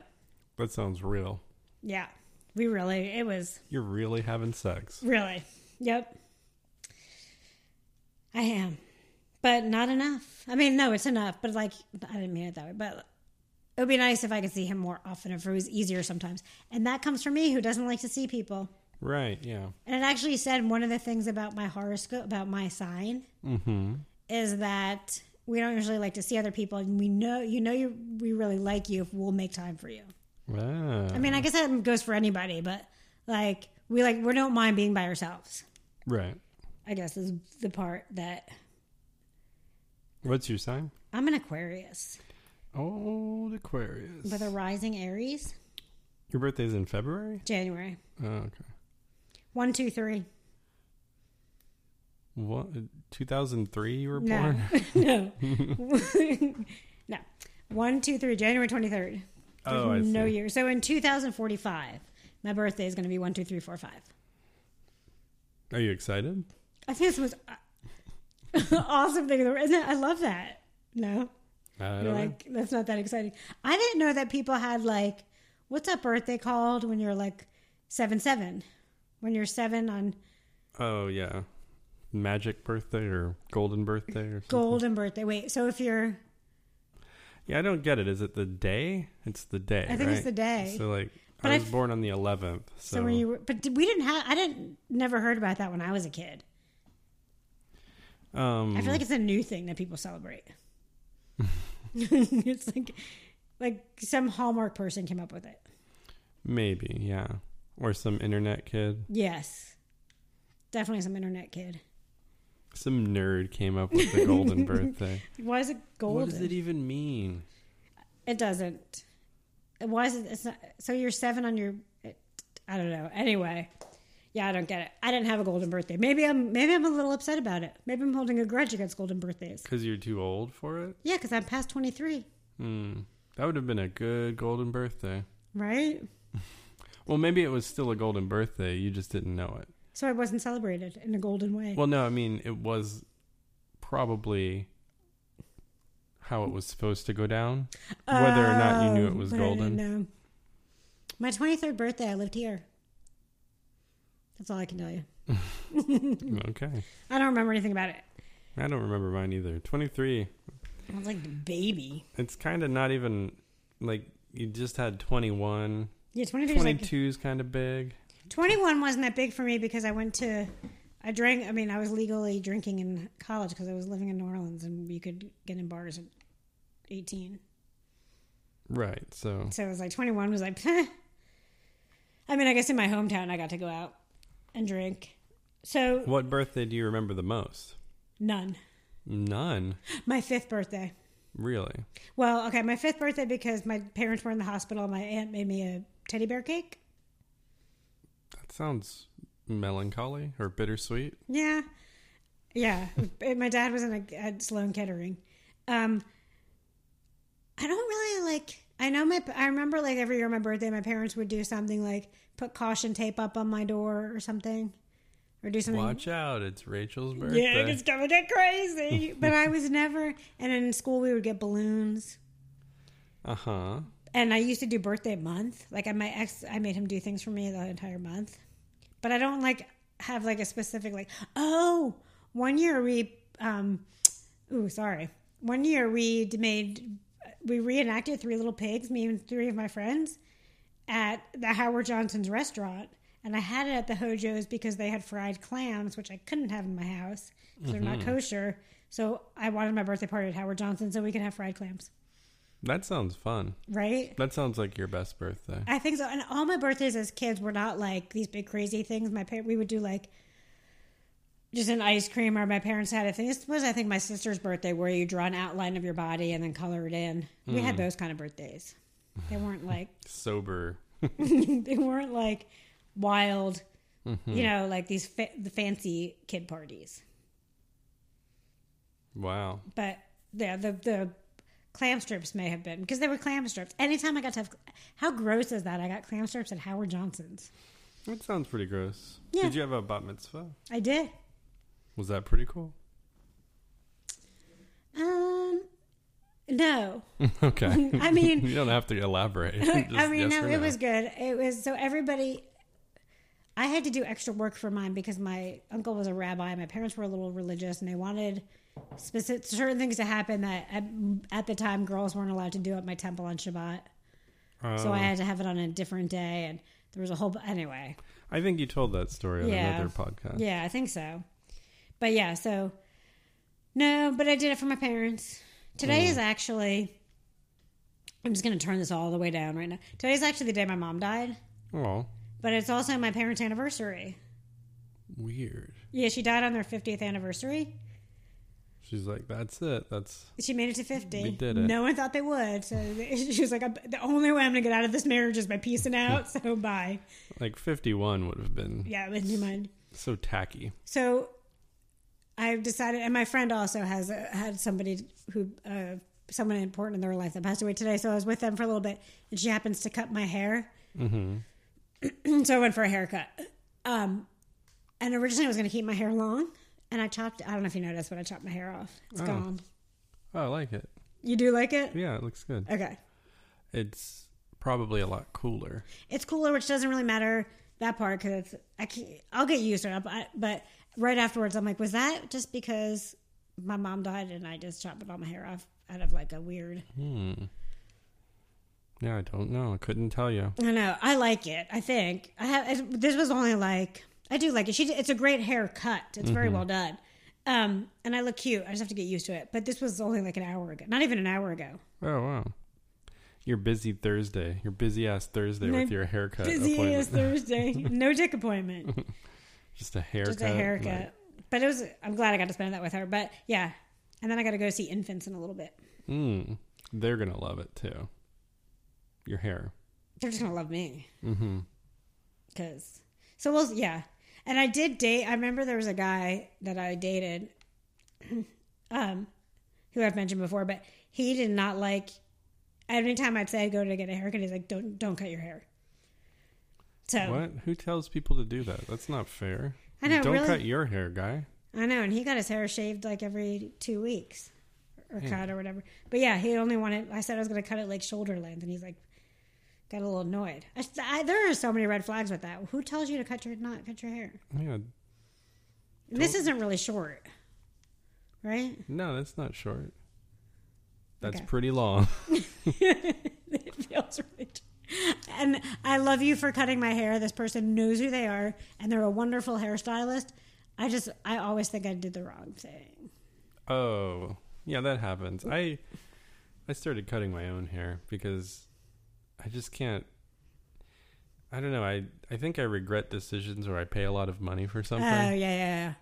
Speaker 2: That sounds real.
Speaker 1: yeah, we really it was
Speaker 2: You're really having sex.
Speaker 1: Really? Yep. I am. But not enough. I mean, no, it's enough, but like, I didn't mean it that way, but it would be nice if I could see him more often, if it was easier sometimes. And that comes from me, who doesn't like to see people.
Speaker 2: Right, yeah.
Speaker 1: And it actually said one of the things about my horoscope, about my sign,
Speaker 2: Mm-hmm.
Speaker 1: is that we don't usually like to see other people. And we know, you know, you, we really like you if we'll make time for you.
Speaker 2: Wow.
Speaker 1: I mean, I guess that goes for anybody, but like, we like, we don't mind being by ourselves.
Speaker 2: Right.
Speaker 1: I guess is the part that
Speaker 2: What's your sign?
Speaker 1: I'm an Aquarius
Speaker 2: Old Aquarius.
Speaker 1: with a rising Aries,
Speaker 2: Your birthday's in February?
Speaker 1: January.
Speaker 2: Oh, okay.
Speaker 1: One, two, three.
Speaker 2: What? 2003 you were
Speaker 1: No.
Speaker 2: born?
Speaker 1: no. no. One, two, three, January 23rd.
Speaker 2: Oh, I
Speaker 1: There's no
Speaker 2: see.
Speaker 1: year. So in 2045, my birthday is going to be one, two, three, four, five.
Speaker 2: Are you excited?
Speaker 1: I think this was a- awesome thing. in the world. Isn't it? I love that. No.
Speaker 2: I don't
Speaker 1: You're
Speaker 2: know.
Speaker 1: like, that's not that exciting. I didn't know that people had like, what's that birthday called when you're like seven, seven? When you're seven on
Speaker 2: Oh, yeah. Magic birthday or golden birthday or something.
Speaker 1: golden birthday. Wait, so if you're
Speaker 2: Yeah, I don't get it. Is it the day? It's the day.
Speaker 1: I think it's
Speaker 2: right?
Speaker 1: the day.
Speaker 2: So, like,
Speaker 1: But
Speaker 2: I
Speaker 1: I
Speaker 2: was
Speaker 1: f-
Speaker 2: born on the 11th. So,
Speaker 1: so, when you were, but did- we didn't have I didn't never heard about that when I was a kid.
Speaker 2: um,
Speaker 1: I feel like it's a new thing that people celebrate. it's like like some Hallmark person came up with it.
Speaker 2: maybe, yeah. Or some internet kid.
Speaker 1: Yes. Definitely some internet kid.
Speaker 2: Some nerd came up with the golden birthday.
Speaker 1: Why is it
Speaker 2: What
Speaker 1: golden?
Speaker 2: does it even mean?
Speaker 1: It doesn't. Why is it? It's not, so you're seven on your. I don't know. Anyway, yeah, I don't get it. I didn't have a golden birthday. Maybe I'm. Maybe I'm a little upset about it. Maybe I'm holding a grudge against golden birthdays.
Speaker 2: Because you're too old for it?
Speaker 1: Yeah, because I'm past twenty three,
Speaker 2: Hmm. That would have been a good golden birthday.
Speaker 1: right?
Speaker 2: Well, maybe it was still a golden birthday. You just didn't know it.
Speaker 1: So I wasn't celebrated in a golden way.
Speaker 2: Well, no, I mean, it was probably how it was supposed to go down, whether or not you knew it was
Speaker 1: Um, But I didn't
Speaker 2: golden.
Speaker 1: know. My 23rd birthday, I lived here. That's all I can tell you.
Speaker 2: Okay,
Speaker 1: I don't remember anything about it.
Speaker 2: I don't remember mine either. Twenty three.
Speaker 1: I was like the baby.
Speaker 2: It's kind of not even like you just had twenty one.
Speaker 1: Yeah, 23 is
Speaker 2: Twenty
Speaker 1: like,
Speaker 2: two is kind of big.
Speaker 1: 21 wasn't that big for me because I went to, I drank, I mean, I was legally drinking in college because I was living in New Orleans and you could get in bars at 18.
Speaker 2: Right. So
Speaker 1: So it was like 21 was like, "Huh." I mean, I guess in my hometown, I got to go out and drink. So
Speaker 2: What birthday do you remember the most?
Speaker 1: none.
Speaker 2: None,
Speaker 1: My fifth birthday.
Speaker 2: really.
Speaker 1: Well, okay, my fifth birthday because my parents were in the hospital. My aunt made me a teddy bear cake.
Speaker 2: That sounds melancholy or bittersweet.
Speaker 1: Yeah, yeah. And my dad was in a at Sloan Kettering. Um, I don't really like. I know my. I remember like every year on my birthday, my parents would do something like put caution tape up on my door or something, or do something.
Speaker 2: Watch out, it's Rachel's birthday.
Speaker 1: Mm-hmm. Yeah, it's gonna get crazy. but I was never. And in school, we would get balloons.
Speaker 2: Uh huh.
Speaker 1: and I used to do birthday month. Like I, my ex, I made him do things for me the entire month. But I don't like have like a specific like. Oh, one year we, um, ooh, sorry. One year we d- made we reenacted Three Little Pigs. Me and three of my friends at the Howard Johnson's restaurant. And I had it at the Hojo's because they had fried clams, which I couldn't have in my house because they're not kosher. So I wanted my birthday party at Howard Johnson so we could have fried clams,
Speaker 2: That sounds fun.
Speaker 1: right?
Speaker 2: That sounds like your best birthday.
Speaker 1: I think so. And all my birthdays as kids were not like these big crazy things. My parents, we would do like just an ice cream, or my parents had a thing. This was, I think, my sister's birthday where you draw an outline of your body and then color it in. We had those kind of birthdays. They weren't like
Speaker 2: Sober.
Speaker 1: they weren't like wild, you know, like these fa- the fancy kid parties.
Speaker 2: Wow.
Speaker 1: But yeah, the the clam strips may have been because they were clam strips. Anytime I got to have, how gross is that? I got clam strips at Howard Johnson's.
Speaker 2: That sounds pretty gross.
Speaker 1: Yeah.
Speaker 2: Did you have a bat mitzvah?
Speaker 1: I did.
Speaker 2: Was that pretty cool?
Speaker 1: Um, no.
Speaker 2: okay.
Speaker 1: I mean,
Speaker 2: you don't have to elaborate.
Speaker 1: I mean,
Speaker 2: yes
Speaker 1: no,
Speaker 2: or
Speaker 1: it was good. It was so everybody. I had to do extra work for mine because my uncle was a rabbi. My parents were a little religious, and they wanted specific certain things to happen that at, at the time girls weren't allowed to do at my temple on Shabbat. So
Speaker 2: Um,
Speaker 1: I had to have it on a different day, and there was a whole. bu- Anyway,
Speaker 2: I think you told that story on
Speaker 1: Yeah.
Speaker 2: another podcast.
Speaker 1: yeah, I think so. But yeah, so no, but I did it for my parents.
Speaker 2: Mm.
Speaker 1: Today is actually I'm just gonna turn this all the way down right now. Today is actually the day my mom died,
Speaker 2: Oh,
Speaker 1: but it's also my parents' anniversary.
Speaker 2: weird.
Speaker 1: Yeah, she died on their 50th anniversary.
Speaker 2: She's like, that's it. That's
Speaker 1: She made it to 50.
Speaker 2: We did it.
Speaker 1: No one thought they would. So they- she was like, "I'm- the only way I'm gonna get out of this marriage is by piecing out. So bye.
Speaker 2: like 51 would have been
Speaker 1: Yeah, with new mind.
Speaker 2: so tacky.
Speaker 1: So I've decided, and my friend also has uh, had somebody who, uh, someone important in their life that passed away today. So I was with them for a little bit, and she happens to cut my hair. Mm-hmm. so I went for a haircut. Um, and originally I was going to keep my hair long, and I chopped. I don't know if you noticed, but I chopped my hair off. It's
Speaker 2: Oh.
Speaker 1: gone.
Speaker 2: Oh, I like it.
Speaker 1: You do like it?
Speaker 2: Yeah, it looks good.
Speaker 1: Okay.
Speaker 2: It's probably a lot cooler.
Speaker 1: It's cooler, which doesn't really matter that part because I can't, I'll get used to it. But, but right afterwards, I'm like, was that just because my mom died and I just chopped all my hair off out of like a weird?
Speaker 2: Hmm. Yeah, I don't know. I couldn't tell you.
Speaker 1: I know I like it. I think I have. it- This was only like I do like it. She did- it's a great haircut. It's very well done. Um, and I look cute. I just have to get used to it. But this was only like an hour ago. Not even an hour ago.
Speaker 2: Oh wow. Your busy Thursday. Your busy ass Thursday
Speaker 1: My
Speaker 2: with your haircut
Speaker 1: Busy
Speaker 2: appointment.
Speaker 1: as Thursday. No dick appointment.
Speaker 2: Just a haircut.
Speaker 1: just a haircut.
Speaker 2: like-
Speaker 1: but it was. I'm glad I got to spend that with her. But yeah, and then I got to go see infants in a little bit.
Speaker 2: mm, they're gonna love it too. Your hair.
Speaker 1: They're just gonna love me
Speaker 2: Mm-hmm.
Speaker 1: because. So we'll yeah, and I did date. I remember there was a guy that I dated, um, who I've mentioned before, but he did not like. Every time I'd say I go to get a haircut, he's like, "Don't don't cut your hair." So
Speaker 2: What? Who tells people to do that? That's not fair.
Speaker 1: Oh. I know,
Speaker 2: Don't
Speaker 1: really.
Speaker 2: cut your hair, guy.
Speaker 1: I know, and he got his hair shaved like every two weeks or
Speaker 2: Hmm.
Speaker 1: cut or whatever. But yeah, he only wanted. I said I was going to cut it like shoulder length, and he's like, got a little annoyed. I, I, there are so many red flags with that. Who tells you to cut your not cut your hair?
Speaker 2: Yeah.
Speaker 1: And This isn't really short, right?
Speaker 2: No, that's not short. That's
Speaker 1: Okay.
Speaker 2: pretty long.
Speaker 1: it feels right. And I love you for cutting my hair. This person knows who they are, and they're a wonderful hairstylist. I just, I always think I did the wrong thing.
Speaker 2: Oh, yeah, that happens. I I started cutting my own hair because I just can't. I don't know. I I think I regret decisions where I pay a lot of money for
Speaker 1: Oh
Speaker 2: something.
Speaker 1: yeah, yeah, yeah. Have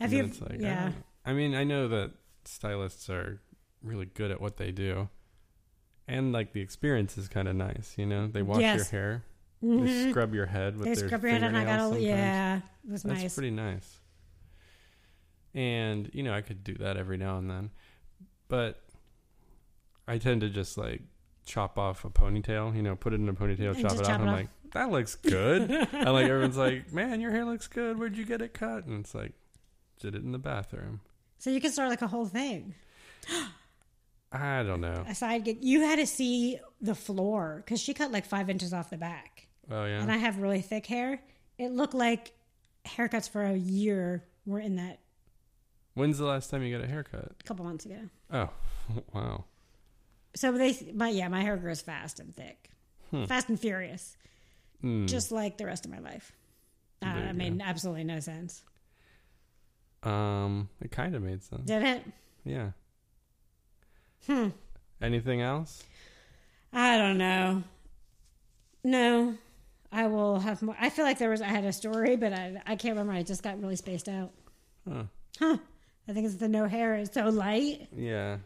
Speaker 2: and
Speaker 1: you?
Speaker 2: then it's like, I
Speaker 1: yeah,
Speaker 2: don't- I, mean, I know that stylists are really good at what they do, and like the experience is kind of nice. You know, they wash
Speaker 1: Yes.
Speaker 2: your hair, they
Speaker 1: Mhm.
Speaker 2: scrub your head with
Speaker 1: they
Speaker 2: their
Speaker 1: scrub your head, and I got
Speaker 2: fingernails
Speaker 1: a
Speaker 2: sometimes.
Speaker 1: yeah. It was
Speaker 2: That's
Speaker 1: nice.
Speaker 2: pretty nice. And you know, I could do that every now and then, but I tend to just like chop off a ponytail. You know, put it in a ponytail,
Speaker 1: And
Speaker 2: chop
Speaker 1: just
Speaker 2: it off.
Speaker 1: chop it
Speaker 2: and I'm
Speaker 1: off.
Speaker 2: like, that looks good. and like everyone's like, man, your hair looks good. Where'd you get it cut? And it's like, did it in the bathroom.
Speaker 1: so you could start like a whole thing.
Speaker 2: I don't know.
Speaker 1: A side gig. You had to see the floor because she cut like five inches off the back.
Speaker 2: Oh yeah.
Speaker 1: and I have really thick hair, it looked like haircuts for a year were in that
Speaker 2: When's the last time you got a haircut?
Speaker 1: couple months ago.
Speaker 2: Oh, wow.
Speaker 1: So they, my yeah, my hair grows fast and thick, fast and furious,
Speaker 2: Hmm.
Speaker 1: just like the rest of my life. Uh,
Speaker 2: There
Speaker 1: I
Speaker 2: you
Speaker 1: made absolutely no sense.
Speaker 2: Um, it kind of made sense.
Speaker 1: Did it?
Speaker 2: Yeah.
Speaker 1: Hmm.
Speaker 2: Anything else?
Speaker 1: I don't know. No, I will have more. I feel like there was I had a story, but I I can't remember. I just got really spaced out.
Speaker 2: Huh.
Speaker 1: Huh. I think it's the no hair is so light.
Speaker 2: Yeah.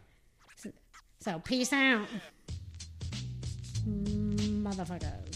Speaker 1: So peace out, motherfuckers.